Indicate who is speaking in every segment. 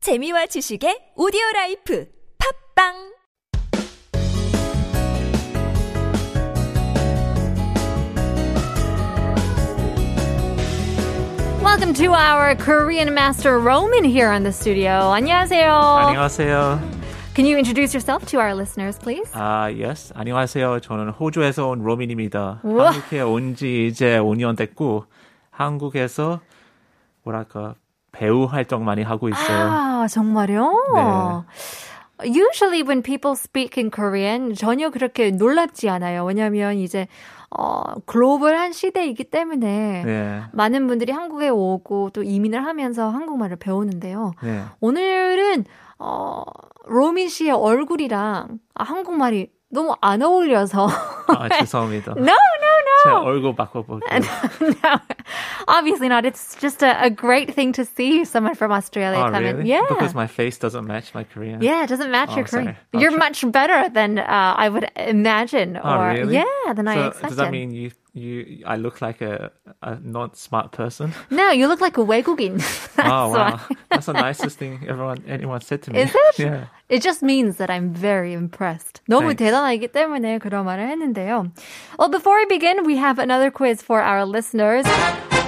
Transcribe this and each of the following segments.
Speaker 1: 재미와 지식의 오디오 라이프 팝빵
Speaker 2: Welcome to our Korean master Roman here in the studio. 안녕하세요.
Speaker 3: 안녕하세요.
Speaker 2: Can you introduce yourself to our listeners, please?
Speaker 3: 아, yes. 안녕하세요. 저는 호주에서 온 로민입니다.
Speaker 2: 우와.
Speaker 3: 한국에 온 지 이제 5년 됐고 한국에서 뭐랄까 배우 활동 많이 하고 있어요.
Speaker 2: 아, 정말요? Usually when people speak in Korean 전혀 그렇게 놀랍지 않아요. 왜냐하면 이제 어, 글로벌한 시대이기 때문에
Speaker 3: 네.
Speaker 2: 많은 분들이 한국에 오고 또 이민을 하면서 한국말을 배우는데요.
Speaker 3: 네.
Speaker 2: 오늘은 어, 로민 씨의 얼굴이랑 아, 한국말이 너무 안 어울려서
Speaker 3: 아, 죄송합니다.
Speaker 2: No, no,
Speaker 3: 제
Speaker 2: no.
Speaker 3: 얼굴
Speaker 2: 네.
Speaker 3: 바꿔볼게요.
Speaker 2: no, obviously not. It's just a, a great thing to see someone from Australia
Speaker 3: Oh,
Speaker 2: come in.
Speaker 3: really?
Speaker 2: Yeah.
Speaker 3: Because my face doesn't match my Korean.
Speaker 2: yeah, it doesn't match
Speaker 3: Oh,
Speaker 2: your Korean.
Speaker 3: sorry. Oh,
Speaker 2: You're
Speaker 3: sure.
Speaker 2: much better than uh, I would imagine,
Speaker 3: Oh,
Speaker 2: or
Speaker 3: really?
Speaker 2: yeah, than I
Speaker 3: So
Speaker 2: expected.
Speaker 3: does that mean you you I look like a, a not smart person?
Speaker 2: No, you look like a 외국인. That's
Speaker 3: oh wow,
Speaker 2: why.
Speaker 3: that's the nicest thing everyone anyone said to me.
Speaker 2: Is it?
Speaker 3: yeah.
Speaker 2: It just means that I'm very impressed. 너무
Speaker 3: Thanks.
Speaker 2: 대단하기 때문에 그런 말을 했는데요. Well, before we begin, we have another quiz for our listeners.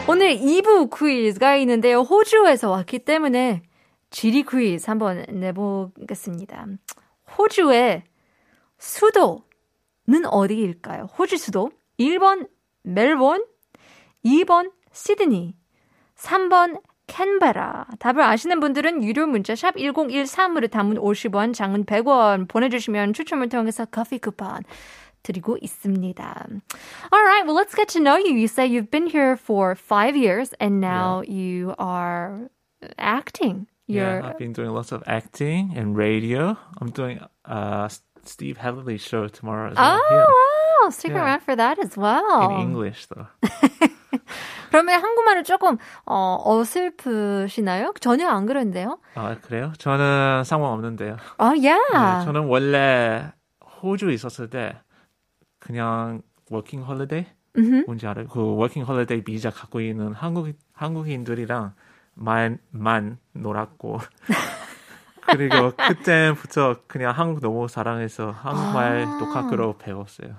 Speaker 2: 오늘 2부 퀴즈가 있는데요. 호주에서 왔기 때문에 지리 퀴즈 한번 내보겠습니다. 호주의 수도는 어디일까요? 호주 수도 1번 멜본, 2번 시드니, 3번 캔베라. 답을 아시는 분들은 유료 문자 샵 1013으로 담은 50원, 장은 100원 보내주시면 추첨을 통해서 커피 쿠폰 드리고 있습니다. Alright, well let's get to know you. You say you've been here for five years and now you are acting.
Speaker 3: Yeah,
Speaker 2: You're
Speaker 3: I've been doing lots of acting and radio. I'm doing uh S- Steve Hadley's show tomorrow as well.
Speaker 2: Oh,
Speaker 3: yeah.
Speaker 2: wow. Stick
Speaker 3: Yeah.
Speaker 2: around for that as well.
Speaker 3: In English though.
Speaker 2: 그러면 한국말을 조금 어, 어슬프시나요? 전혀 안 그런데요.
Speaker 3: 아 그래요? 저는 상관없는데요.
Speaker 2: 아, yeah.
Speaker 3: 네, 저는 원래 호주에 있었을 때 그냥 워킹 홀리데이
Speaker 2: 음흠.
Speaker 3: 뭔지 알아요? 그 워킹 홀리데이 비자 갖고 있는 한국 한국인들이랑 만만 놀았고 그리고 그때부터 그냥 한국 너무 사랑해서 한국말
Speaker 2: 아.
Speaker 3: 독학으로 배웠어요.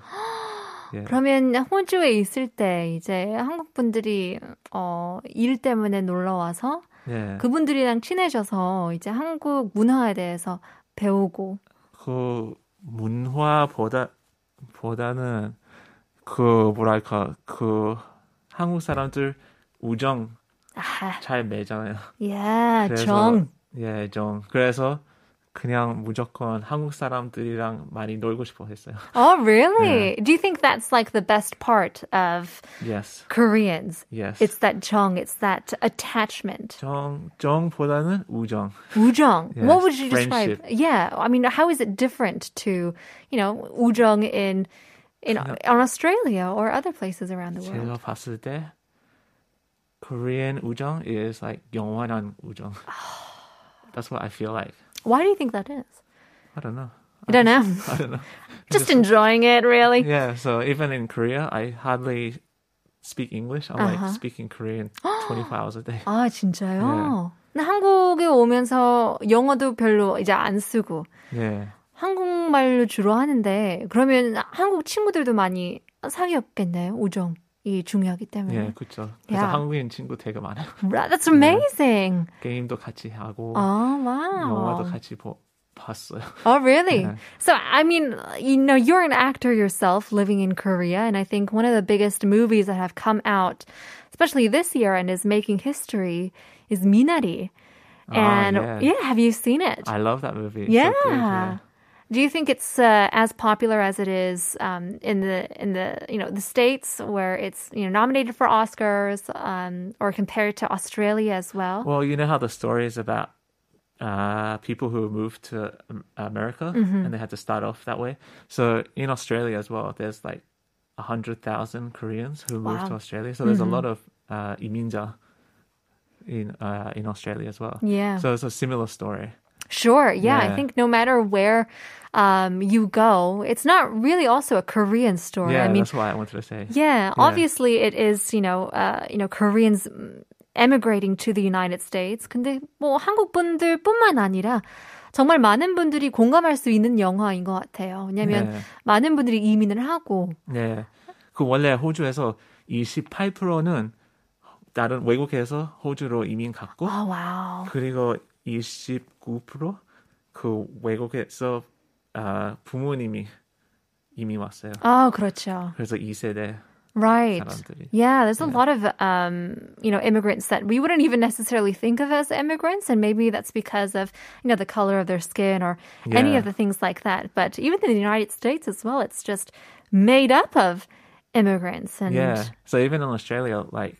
Speaker 3: 예.
Speaker 2: 그러면 호주에 있을 때 이제 한국 분들이 어, 일 때문에 놀러 와서
Speaker 3: 예.
Speaker 2: 그분들이랑 친해져서 이제 한국 문화에 대해서 배우고
Speaker 3: 그 문화보다 보다는 그 뭐랄까 그 한국 사람들 우정
Speaker 2: 아,
Speaker 3: 잘 매잖아요.
Speaker 2: 예,
Speaker 3: 그래서-
Speaker 2: 정.
Speaker 3: 예, 좀 그래서 그냥 무조건 한국 사람들이랑 많이 놀고 싶어 했어요.
Speaker 2: Oh, really?
Speaker 3: 네.
Speaker 2: Do you think that's like the best part of
Speaker 3: Yes,
Speaker 2: Koreans?
Speaker 3: yes.
Speaker 2: It's that 정, it's that attachment.
Speaker 3: 정 정보다는 우정.
Speaker 2: Wujong.
Speaker 3: Yes,
Speaker 2: what would you describe?
Speaker 3: friendship.
Speaker 2: Yeah, I mean, how is it different to, you know, wujong in in
Speaker 3: Yeah.
Speaker 2: on Australia or other places around the world?
Speaker 3: 제가 봤을 때 Korean 우정 is like 영원한 우정.
Speaker 2: 아.
Speaker 3: That's what I feel like.
Speaker 2: Why do you think that is?
Speaker 3: I don't know.
Speaker 2: I don't know.
Speaker 3: 아, 네. I don't know. 예.
Speaker 2: Just enjoying it, really.
Speaker 3: Yeah, so even in Korea, I hardly speak English. I'm
Speaker 2: Uh-huh.
Speaker 3: like speaking Korean 24 hours a day.
Speaker 2: 아 진짜요?
Speaker 3: 네.
Speaker 2: 근데 한국에 오면서 영어도 별로 이제 안 쓰고
Speaker 3: Yeah.
Speaker 2: 한국말로 주로 하는데 그러면 한국 친구들도 많이 사귀었겠네요. 우정이 중요하기 때문에.
Speaker 3: 예, 그렇죠. 그래서
Speaker 2: 야.
Speaker 3: 한국인 친구 되게 많아요.
Speaker 2: Right, That's amazing.
Speaker 3: 게임도 같이 하고
Speaker 2: Oh wow.
Speaker 3: 영화도 같이 보, 봤어요.
Speaker 2: Oh, really?
Speaker 3: Yeah.
Speaker 2: So, I mean, you know, you're an actor yourself living in Korea, and I think one of the biggest movies that have come out, especially this year and is making history, is Minari. And
Speaker 3: Ah, yeah.
Speaker 2: yeah. have you seen it?
Speaker 3: I love that movie. It's
Speaker 2: yeah.
Speaker 3: so good, yeah.
Speaker 2: Do you think it's uh, as popular as it is um, in the in the you know the states where it's you know nominated for Oscars um, or compared to Australia as well?
Speaker 3: Well, you know how the story is about uh, people who moved to um, America
Speaker 2: Mm-hmm.
Speaker 3: and they had to start off that way. So in Australia as well, there's like 100,000 Koreans who moved
Speaker 2: Wow. Mm-hmm.
Speaker 3: to Australia. So there's a lot of uh, iminja in, uh, in Australia as well.
Speaker 2: Yeah.
Speaker 3: So it's a similar story.
Speaker 2: Sure. Yeah, I
Speaker 3: Yeah.
Speaker 2: think no matter where um, you go, it's not really also a Korean story.
Speaker 3: Yeah,
Speaker 2: I mean,
Speaker 3: that's what I wanted to say.
Speaker 2: yeah, obviously it is. You know, uh, you know, Koreans mm, emigrating to the United States. 근데 뭐 한국 분들뿐만 아니라 정말 많은 분들이 공감할 수 있는 영화인 것 같아요. 왜냐하면
Speaker 3: 네.
Speaker 2: 많은 분들이 이민을 하고
Speaker 3: 네. 그 원래 호주에서 28%는 다른 외국에서 호주로 이민 갔고
Speaker 2: 아 와우
Speaker 3: 그리고 29%그 외국에서 아, 부모님이 이미 왔어요.
Speaker 2: 아 그렇죠.
Speaker 3: 그래서 2세대
Speaker 2: Right.
Speaker 3: 사람들이.
Speaker 2: Yeah, there's a lot of um, you know immigrants that we wouldn't even necessarily think of as immigrants, and maybe that's because of you know the color of their skin or any
Speaker 3: Yeah.
Speaker 2: of the things like that. But even in the United States as well, it's just made up of immigrants. And
Speaker 3: Yeah. So even in Australia, like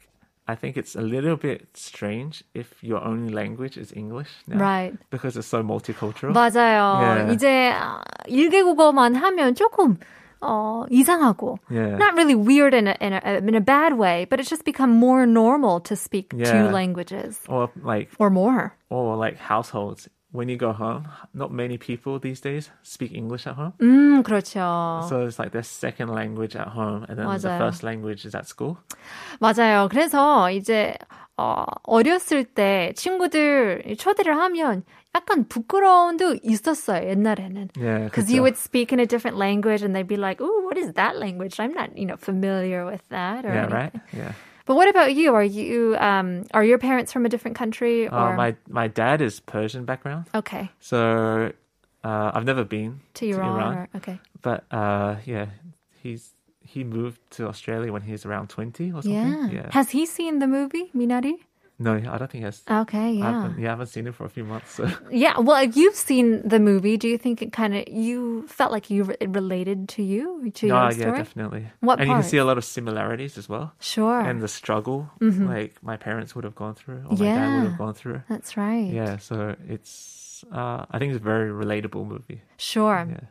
Speaker 3: I think it's a little bit strange if your only language is English now.
Speaker 2: right,
Speaker 3: Because it's so multicultural.
Speaker 2: 맞아요.
Speaker 3: Yeah.
Speaker 2: 이제 아, 일개국어만 하면 조금 어, 이상하고.
Speaker 3: Yeah.
Speaker 2: Not really weird in a, in a in a bad way, but it's just become more normal to speak two
Speaker 3: Yeah.
Speaker 2: languages
Speaker 3: or like
Speaker 2: or more.
Speaker 3: or like households. When you go home, not many people these days speak English at home.
Speaker 2: 음, 그렇죠.
Speaker 3: So it's like their second language at home and then
Speaker 2: 맞아요.
Speaker 3: the first language is at school.
Speaker 2: 맞아요. 그래서 이제 어, 어렸을 때 친구들 초대를 하면 약간 부끄러움도 있었어요. 옛날에는.
Speaker 3: Yeah.
Speaker 2: Because you would speak in a different language and they'd be like, "Oh, what is that language? I'm not, you know, familiar with that." Or
Speaker 3: Yeah,
Speaker 2: anything."
Speaker 3: right? Yeah.
Speaker 2: But what about you? Are you um are your parents from a different country or
Speaker 3: Uh, my my dad is Persian background.
Speaker 2: Okay.
Speaker 3: So uh, I've never been
Speaker 2: To Iran, Or, okay.
Speaker 3: but uh, yeah, he's he moved to Australia when he was around twenty or something.
Speaker 2: Yeah. Has he seen the movie Minari?
Speaker 3: no, I don't think he has.
Speaker 2: Okay, yeah.
Speaker 3: I haven't, yeah, I haven't seen him for a few months. So.
Speaker 2: Yeah, well, if you've seen the movie. Do you think it kind of you felt like you it related to you to
Speaker 3: Ah,
Speaker 2: your
Speaker 3: yeah,
Speaker 2: story?
Speaker 3: definitely.
Speaker 2: What
Speaker 3: and you can see
Speaker 2: parts?
Speaker 3: a lot of similarities as well,
Speaker 2: Sure.
Speaker 3: and the struggle like my parents would have gone through, or my dad would
Speaker 2: Mm-hmm. Yeah.
Speaker 3: have gone through.
Speaker 2: That's right.
Speaker 3: Yeah, so it's uh, I think it's a very relatable movie.
Speaker 2: Sure.
Speaker 3: Yeah.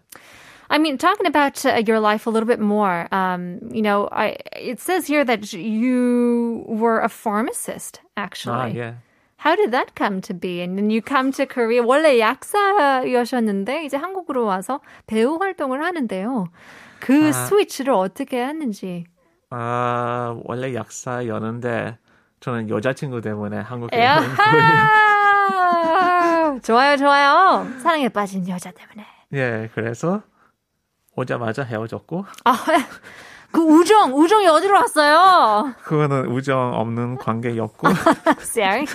Speaker 2: I mean, talking about uh, your life a little bit more. Um, you know, I it says here that you were a pharmacist actually.
Speaker 3: Ah, yeah.
Speaker 2: How did that come to be? And then you come to Korea. 원래 약사였었는데 이제 한국으로 와서 배우 활동을 하는데요. 그 스위치를 어떻게 했는지.
Speaker 3: 아, 원래 약사였는데 저는 여자친구 때문에 한국에 온
Speaker 2: 에어하! 네. 좋아요, 좋아요. 사랑에 빠진 여자 때문에.
Speaker 3: 예, 그래서 오자마자 헤어졌고
Speaker 2: 아, 그 우정, 우정이 어디로 왔어요?
Speaker 3: 그거는 우정 없는 관계였고
Speaker 2: Sorry.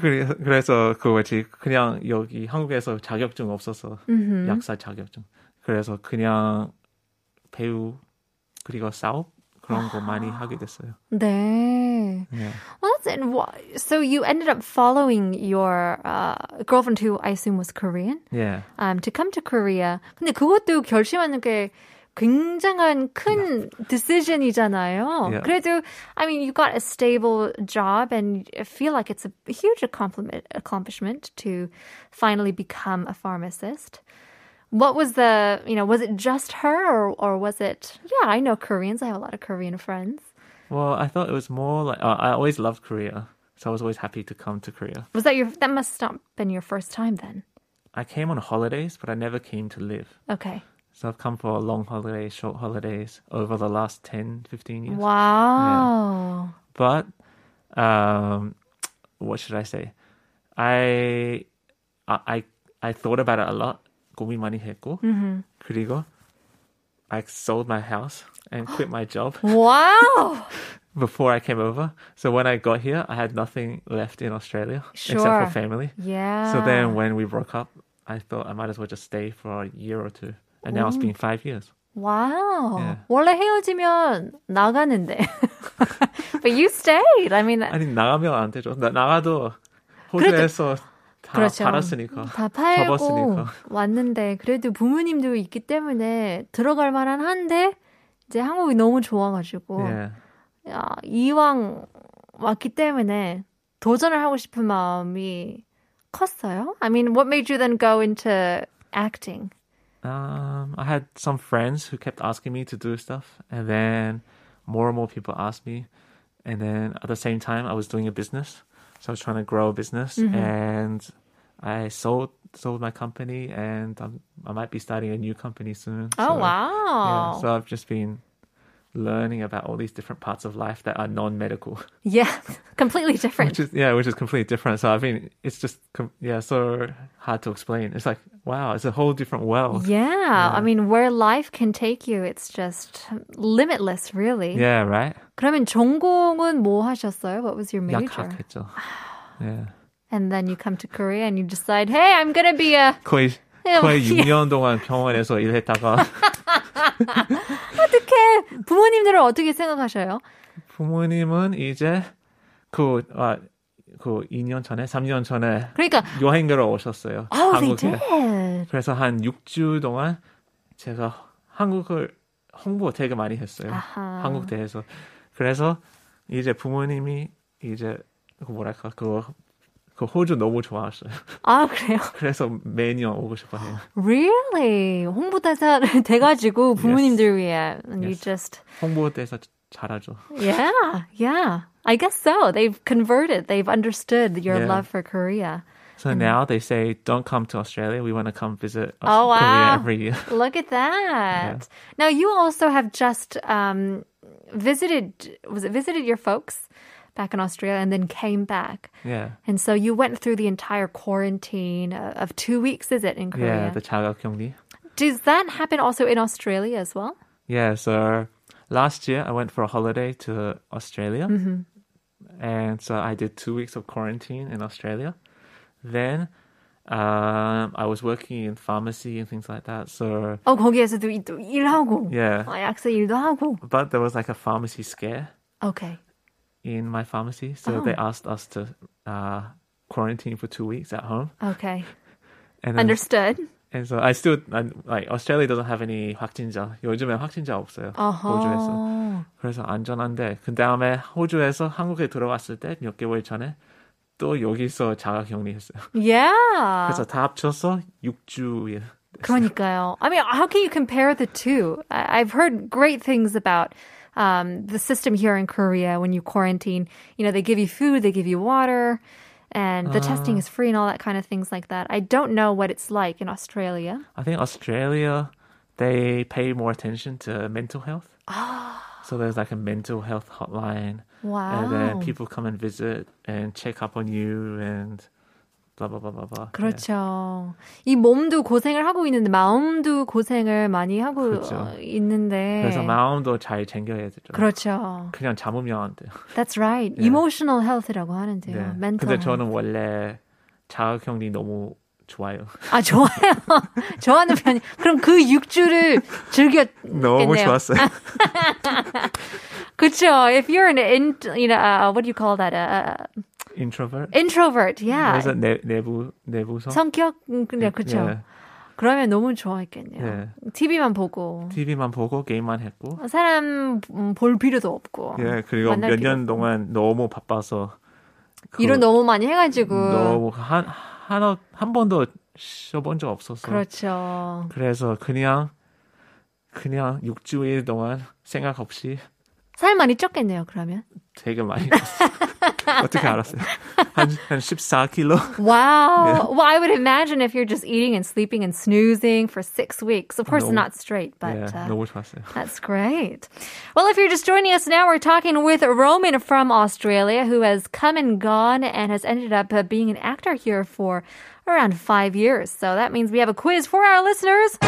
Speaker 3: 그래- 그래서 그거지 그냥 여기 한국에서 자격증 없어서
Speaker 2: 음?
Speaker 3: 약사 자격증 그래서 그냥 배우 그리고 사업 그런 거 많이 하게 됐어요.
Speaker 2: 네.
Speaker 3: 예.
Speaker 2: Well, that's it. Wha- So you ended up following your uh, girlfriend, who I assume was Korean,
Speaker 3: 예.
Speaker 2: um, to come to Korea. 근데 그것도 결심하는 게 굉장한 큰 decision이잖아요.
Speaker 3: Yeah.
Speaker 2: 그래도 I mean you got a stable job and I feel like it's a huge accomplishment accomplishment to finally become a pharmacist. What was the you know was it just her or or was it yeah I know Koreans I have a lot of Korean friends.
Speaker 3: Well, I thought it was more like uh, I always loved Korea, so I was always happy to come to Korea.
Speaker 2: Was that your that must not been your first time then?
Speaker 3: I came on holidays, but I never came to live.
Speaker 2: Okay.
Speaker 3: So I've come for long holidays, short holidays over the last 10, 15 years.
Speaker 2: Wow.
Speaker 3: but um, what should I say? I I I- I thought about it a lot. 고민 많이 했고 그리고 I sold my house and quit my job
Speaker 2: Wow.
Speaker 3: before I came over. So when I got here, I had nothing left in Australia except
Speaker 2: Sure. Ah.
Speaker 3: for family.
Speaker 2: yeah.
Speaker 3: So then when we broke up, I thought I might as well just stay for a year or two. And now it's been five years.
Speaker 2: 와우.
Speaker 3: Yeah.
Speaker 2: 원래 헤어지면 나가는데. But you stayed. I mean,
Speaker 3: 아니 나가면 안 되죠. 나, 나가도 호주에서 다
Speaker 2: 그렇죠.
Speaker 3: 팔았으니까.
Speaker 2: 다 팔고
Speaker 3: 접었으니까.
Speaker 2: 왔는데 그래도 부모님도 있기 때문에 들어갈 만한 한데 이제 한국이 너무 좋아가지고
Speaker 3: Yeah.
Speaker 2: 야, 이왕 왔기 때문에 도전을 하고 싶은 마음이 컸어요. I mean, what made you then go into acting?
Speaker 3: Um, I had some friends who kept asking me to do stuff, and then more and more people asked me. And then at the same time, I was doing a business, so I was trying to grow a business,
Speaker 2: Mm-hmm.
Speaker 3: and I sold sold my company, and I'm, I might be starting a new company soon.
Speaker 2: Oh
Speaker 3: so,
Speaker 2: wow.
Speaker 3: Yeah, so I've just been learning about all these different parts of life that are non-medical,
Speaker 2: Yeah, completely different.
Speaker 3: which is yeah, which is completely different. So I mean, it's just com- yeah, so hard to explain. It's like wow, it's a whole different world.
Speaker 2: yeah, I mean, where life can take you, it's just limitless, really.
Speaker 3: Yeah, right.
Speaker 2: 그러면 전공은 뭐 하셨어요? What was your major?
Speaker 3: 약학했죠. Yeah.
Speaker 2: And then you come to Korea and you decide, hey, I'm gonna be a
Speaker 3: 거의
Speaker 2: 예,
Speaker 3: 거의
Speaker 2: 뭐야.
Speaker 3: 6년 동안 병원에서 일했다가
Speaker 2: 어떻게 부모님들은 어떻게 생각하셔요?
Speaker 3: 부모님은 이제 그, 아, 그 2년 전에, 3년 전에
Speaker 2: 그러니까
Speaker 3: 여행으로 오셨어요.
Speaker 2: oh, they did.
Speaker 3: 그래서 한 6주 동안 제가 한국을 홍보 되게 많이 했어요.
Speaker 2: 아하.
Speaker 3: 한국 대해서. 그래서 이제 부모님이 이제 그 뭐랄까 그, 그 호주 너무 좋아하셨어요.
Speaker 2: 아 그래요?
Speaker 3: 그래서 매년 오고 싶어해요.
Speaker 2: Really? 홍보대사 돼가지고 부모님들 위해 and you
Speaker 3: Yes.
Speaker 2: just
Speaker 3: 홍보 대해서 잘하죠.
Speaker 2: yeah yeah. I guess so. They've converted. They've understood your
Speaker 3: Yeah.
Speaker 2: love for Korea.
Speaker 3: So
Speaker 2: 음.
Speaker 3: now they say, don't come to Australia. We want to come visit
Speaker 2: Oh,
Speaker 3: Aus- Korea
Speaker 2: wow.
Speaker 3: every year.
Speaker 2: Look at that. Now you also have just um, visited. Was it visited your folks back in Australia and then came back?
Speaker 3: Yeah.
Speaker 2: And so you went through the entire quarantine uh, of two weeks, is it in Korea?
Speaker 3: Yeah, the 자가 격리.
Speaker 2: Does that happen also in Australia as well?
Speaker 3: Yeah, so last year I went for a holiday to Australia. And so I did two weeks of quarantine in Australia. Then um, I was working in pharmacy and things like that. So,
Speaker 2: 어 거기에서도 이- 또 일하고
Speaker 3: yeah.
Speaker 2: 아, 약사 일도 하고.
Speaker 3: But there was like a pharmacy scare
Speaker 2: Okay.
Speaker 3: in my pharmacy. So
Speaker 2: Oh.
Speaker 3: they asked us to uh, quarantine for two weeks at home.
Speaker 2: Okay.
Speaker 3: And, then,
Speaker 2: Understood.
Speaker 3: and so I still, I, like, Australia doesn't have any 확진자. 요즘에 확진자 없어요. 호주에서.
Speaker 2: 어허.
Speaker 3: 그래서 안전한데 그 다음에 호주에서 한국에 들어왔을 때 몇 개월 전에 또 여기서 자가격리했어요.
Speaker 2: Yeah.
Speaker 3: 그래서 다 합쳐서 6주일.
Speaker 2: 그러니까요. I mean, how can you compare the two? I- I've heard great things about um, the system here in Korea when you quarantine. You know, they give you food, they give you water, and the testing is free and all that kind of things like that. I don't know what it's like in Australia.
Speaker 3: I think Australia they pay more attention to mental health.
Speaker 2: 아.
Speaker 3: So there's like a mental health hotline, and
Speaker 2: Wow.
Speaker 3: then people come and visit and check up on you and blah blah blah blah blah. Yeah.
Speaker 2: 그렇죠. 이 몸도 고생을 하고 있는데 마음도 고생을 많이 하고
Speaker 3: 그렇죠.
Speaker 2: 어, 있는데
Speaker 3: 그래서 마음도 잘 챙겨야 되죠.
Speaker 2: 그렇죠.
Speaker 3: 그냥 잡으면 안 돼요.
Speaker 2: That's right.
Speaker 3: 예.
Speaker 2: Emotional health라고 하는데요.
Speaker 3: 네.
Speaker 2: 멘탈.
Speaker 3: 근데 저는 원래 자가격리 너무 좋아요.
Speaker 2: 아 좋아요. 좋아하는 편이. 그럼 그 육주를 즐겼.
Speaker 3: 너무
Speaker 2: 좋겠네요.
Speaker 3: 좋았어요.
Speaker 2: 그렇죠. If you're an in, you know, uh, what do you call that? Uh, uh,
Speaker 3: introvert.
Speaker 2: introvert. Yeah.
Speaker 3: 그래서 내, 내부
Speaker 2: 아,
Speaker 3: 내부성
Speaker 2: 성격 음, 근데 그렇죠.
Speaker 3: 예.
Speaker 2: 그러면 너무 좋아했겠네요. TV만 보고
Speaker 3: TV만 보고 게임만 했고
Speaker 2: 사람 음, 볼 필요도 없고.
Speaker 3: 예 그리고
Speaker 2: 음, 만날
Speaker 3: 몇
Speaker 2: 필요
Speaker 3: 년
Speaker 2: 없고.
Speaker 3: 동안 너무 바빠서 그
Speaker 2: 일을 너무 많이 해가지고.
Speaker 3: 너무 한 하나 한 번도 쉬어본 적 없어서
Speaker 2: 그렇죠.
Speaker 3: 그래서 그냥 그냥 6주일 동안 생각 없이
Speaker 2: 살 많이 쪘겠네요. 그러면.
Speaker 3: 되게 많이 컸어요. 어떻게 알았어요? 한, 한 14kg? 네.
Speaker 2: Wow. Well, I would imagine if you're just eating and sleeping and snoozing for six weeks. Of course,
Speaker 3: No.
Speaker 2: not straight, but
Speaker 3: 예,
Speaker 2: uh,
Speaker 3: 너무 좋았어요.
Speaker 2: that's great. Well, if you're just joining us now, we're talking with Roman from Australia who has come and gone and has ended up uh, being an actor here for around five years. So that means we have a quiz for our listeners.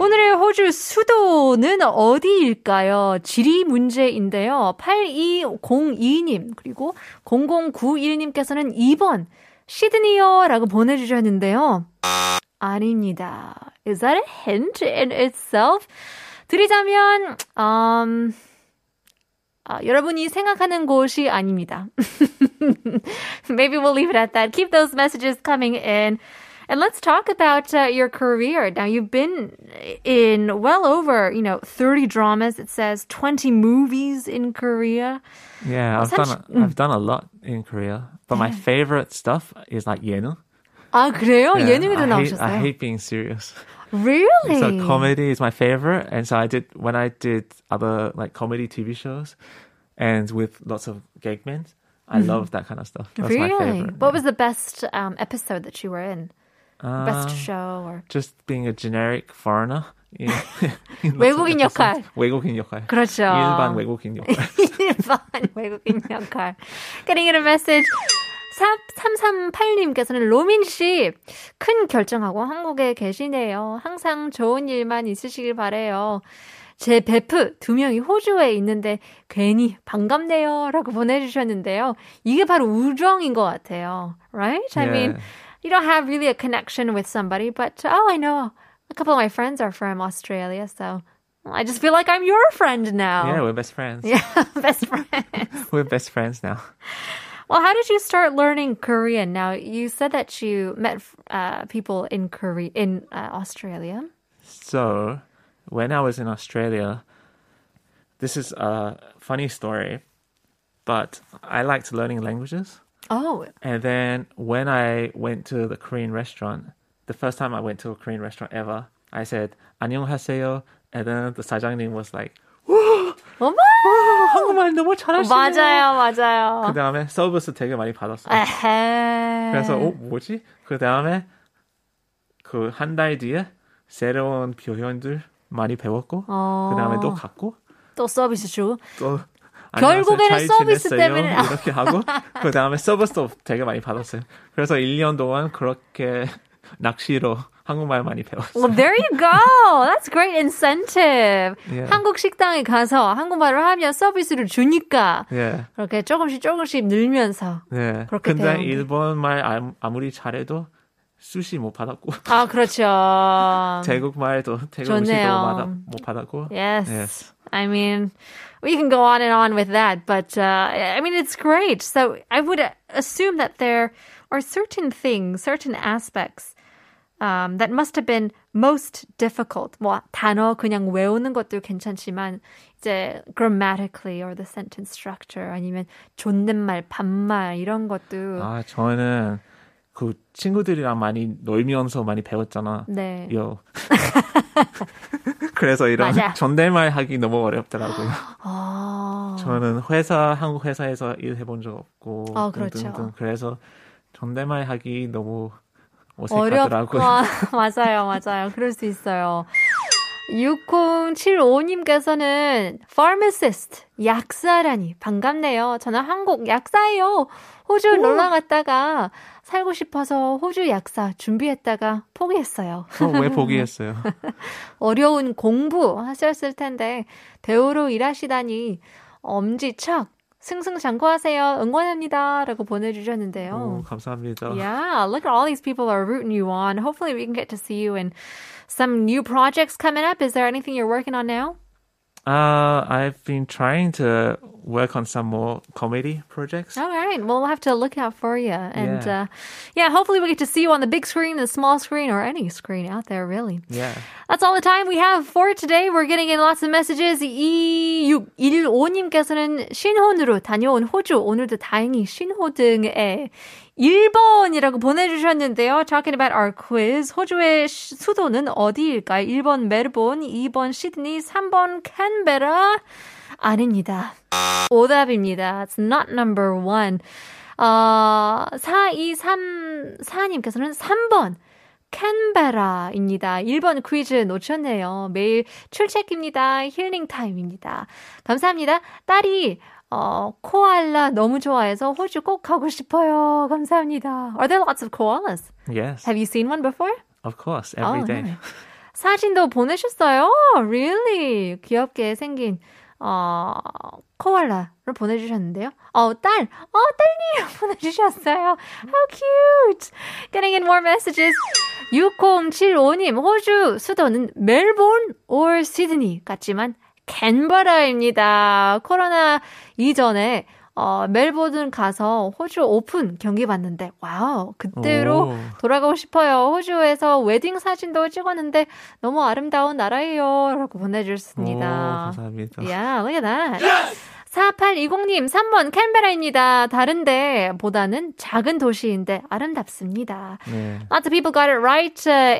Speaker 2: 오늘의 호주 수도는 어디일까요? 지리 문제인데요. 8202님, 그리고 0091님께서는 2번, 시드니요 라고 보내주셨는데요. 아닙니다. Is that a hint in itself? 드리자면, 음, 아, 여러분이 생각하는 곳이 아닙니다. Maybe we'll leave it at that. Keep those messages coming in. And let's talk about uh, your career. Now you've been in well over, you know, 30 dramas. It says 20 movies in Korea.
Speaker 3: Yeah, I've done
Speaker 2: 사실-
Speaker 3: a, I've done a lot in Korea, but my favorite stuff is like 예능.
Speaker 2: Oh, 아, 그래요?
Speaker 3: Yeah,
Speaker 2: 예능에도
Speaker 3: I hate,
Speaker 2: 나오셨어요?
Speaker 3: I hate being serious.
Speaker 2: Really?
Speaker 3: So comedy is my favorite, and so I did when I did other like comedy TV shows, and with lots of gag men. I love that kind of stuff. That's
Speaker 2: Mm-hmm. really?
Speaker 3: my favorite.
Speaker 2: What was the best
Speaker 3: Uh,
Speaker 2: um, episode that you were in? Best show or
Speaker 3: Just being a generic foreigner 예.
Speaker 2: 외국인 역할.
Speaker 3: 외국인 역할.
Speaker 2: 그렇죠.
Speaker 3: 일반 외국인 역할.
Speaker 2: 일반 외국인 역할. Getting a message. 338님께서는 로민씨, 큰 결정하고 한국에 계시네요. 항상 좋은 일만 있으시길 바래요. 제 베프 두 명이 호주에 있는데 괜히 반갑네요. 라고 보내주셨는데요. 이게 바로 우정인 것 같아요. Right? I mean,
Speaker 3: 예.
Speaker 2: you don't have really a connection with somebody, but oh, I know a couple of my friends are from Australia, so I just feel like I'm your friend now.
Speaker 3: Yeah, we're best friends.
Speaker 2: Yeah, best friend.
Speaker 3: We're best friends now.
Speaker 2: Well, how did you start learning Korean? Now you said that you met uh, people in Korea in uh, Australia.
Speaker 3: So, when I was in Australia, this is a funny story, but I liked learning languages.
Speaker 2: Oh,
Speaker 3: And then when I went to the Korean restaurant, the first time I went to a Korean restaurant ever, I said 안녕하세요, and then the 사장님 was like, "Oh,
Speaker 2: 어머!
Speaker 3: 한국말 너무 잘하시네요.
Speaker 2: 맞아요, 맞아요.
Speaker 3: 그 다음에 서비스 되게 많이 받았어요.
Speaker 2: 에헤.
Speaker 3: 그래서 어 뭐지? 그 다음에 그 한 달 뒤에 새로운 표현들 많이 배웠고,
Speaker 2: 어.
Speaker 3: 그 다음에 또 갔고
Speaker 2: 또 서비스 주.
Speaker 3: 또
Speaker 2: 결국에는
Speaker 3: 안녕하세요, 어, 잘
Speaker 2: 서비스
Speaker 3: 지냈어요?
Speaker 2: 때문에-
Speaker 3: 이렇게 하고 그 다음에 서비스도 되게 많이 받았어요. 그래서 1년 동안 그렇게 낚시로 한국말 많이 배웠어요.
Speaker 2: Well, there you go. That's great incentive.
Speaker 3: 예.
Speaker 2: 한국 식당에 가서 한국말을 하면 서비스를 주니까
Speaker 3: 예,
Speaker 2: 그렇게 조금씩 조금씩 늘면서
Speaker 3: 예.
Speaker 2: 그렇게
Speaker 3: 근데
Speaker 2: 배운 게.
Speaker 3: 일본말 암- 아무리 잘해도 수시 못 받았고
Speaker 2: 아 그렇죠.
Speaker 3: 태국말도 태국
Speaker 2: 좋네요. 예.
Speaker 3: 음식도 받아, 못 받았고
Speaker 2: Yes.
Speaker 3: Yes.
Speaker 2: I mean, we can go on and on with that, but uh, I mean, it's great. So I would assume that there are certain things, certain aspects um, that must have been most difficult. 뭐 단어 그냥 외우는 것도 괜찮지만 이제 grammatically or the sentence structure 아니면 존댓말, 반말 이런 것도
Speaker 3: 아 저는 그 친구들이랑 많이 놀면서 많이 배웠잖아.
Speaker 2: 네.
Speaker 3: 요. 그래서 이런
Speaker 2: 맞아.
Speaker 3: 존댓말 하기 너무 어렵더라고요.
Speaker 2: 아,
Speaker 3: 저는 회사 한국 회사에서 일해본 적 없고
Speaker 2: 아, 그렇죠.
Speaker 3: 등등등. 그래서 존댓말 하기 너무
Speaker 2: 어렵고
Speaker 3: 어색하더라고요.
Speaker 2: 맞아요, 맞아요. 그럴 수 있어요. 6075님께서는 pharmacist 약사라니 반갑네요. 저는 한국 약사예요. 호주 놀러 갔다가 살고 싶어서 호주 약사 준비했다가 포기했어요.
Speaker 3: 어, 왜 포기했어요?
Speaker 2: 어려운 공부 하셨을 텐데 배우로 일하시다니 엄지척 승승장구하세요. 응원합니다라고 보내주셨는데요.
Speaker 3: 오, 감사합니다.
Speaker 2: 어. Yeah, look at all these people are rooting you on. Hopefully, we can get to see you in some new projects coming up. Is there anything you're working on now?
Speaker 3: Uh, I've been trying to work on some more comedy projects.
Speaker 2: All right, well, we'll have to look out for you. And
Speaker 3: Yeah.
Speaker 2: yeah, uh, yeah hopefully, we get to see you on the big screen, the small screen, or any screen out there, really.
Speaker 3: Yeah.
Speaker 2: That's all the time we have for today. We're getting in lots of messages. 2615님께서는 신혼으로 다녀온 호주. 오늘도 다행히 신호등에 1번이라고 보내주셨는데요. Talking about our quiz. 호주의 시- 수도는 어디일까요? 1번 멜본, 2번 시드니, 3번 캔베라. 아닙니다. 오답입니다. It's not number one. 어, 4234님께서는 3번. 캔베라입니다. 1번 퀴즈 놓쳤네요. 매일 출첵입니다. 힐링 타임입니다. 감사합니다. 딸이 어, 코알라 너무 좋아해서 호주 꼭 가고 싶어요. 감사합니다. Are there lots of koalas?
Speaker 3: Yes.
Speaker 2: Have 네. you seen one before?
Speaker 3: Of course. Every day.
Speaker 2: no. 아, 사진도 보내셨어요. Really? 귀엽게 생긴 어 코알라를 보내주셨는데요. 어 딸, 어 딸님 보내주셨어요. How cute! Getting in more messages. 6075님 호주 수도는 멜본 or 시드니 같지만 캔버라입니다. 코로나 이전에 어, 멜보든 가서 호주 오픈 경기 봤는데 와우 그때로
Speaker 3: 오.
Speaker 2: 돌아가고 싶어요. 호주에서 웨딩 사진도 찍었는데 너무 아름다운 나라예요.라고
Speaker 3: 오,
Speaker 2: 보내주셨습니다.
Speaker 3: 감사합니다.
Speaker 2: 야, look at that. 4820님, 3번 캔베라입니다. 다른데 보다는 작은 도시인데 아름답습니다.
Speaker 3: 네.
Speaker 2: Lots of people got it right. Uh,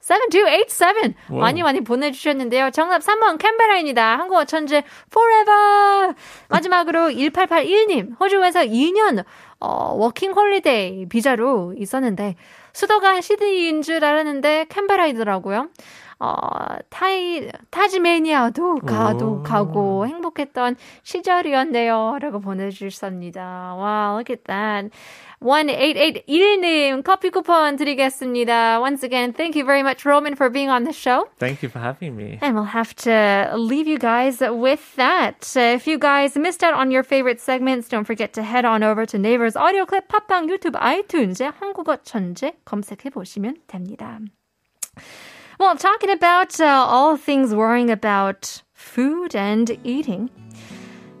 Speaker 2: 8202-5302-0183-2978-0091-7287.
Speaker 3: Wow.
Speaker 2: 많이 많이 보내주셨는데요. 정답 3번 캔베라입니다. 한국어 천재 forever. 마지막으로 1881님, 호주에서 2년 어, 워킹 홀리데이 비자로 있었는데 수도가 시드니인 줄 알았는데 캔베라이더라고요. 어, 타이 타지메니아도 가도
Speaker 3: 오.
Speaker 2: 가고 행복했던 시절이었네요라고 보내 주셨습니다. 와, look at that. 1881님 커피 쿠폰 드리겠습니다. Once again, thank you very much Roman for being on the show.
Speaker 3: Thank you for having me.
Speaker 2: And we'll have to leave you guys with that. Uh, If you guys missed out on your favorite segments, don't forget to head on over to Neighbors Audio Clip, 팟빵, 유튜브, 아이튠즈, 한국어 천재 검색해 보시면 됩니다. Well, talking about uh, all things worrying about food and eating.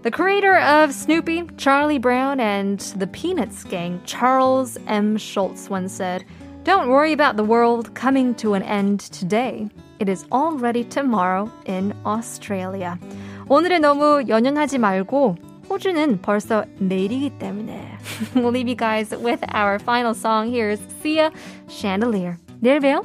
Speaker 2: The creator of Snoopy, Charlie Brown, and the Peanuts gang, Charles M. Schultz, once said, Don't worry about the world coming to an end today. It is already tomorrow in Australia. 오늘에 너무 연연하지 말고 호주는 벌써 내일이기 때문에. we'll leave you guys with our final song. Here's Sia Chandelier. 내일 봬요.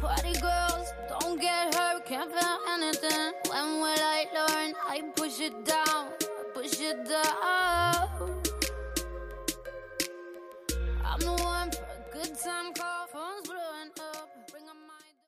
Speaker 4: Party girls, don't get hurt, can't feel anything. When will I learn? I push it down, I push it down. I'm the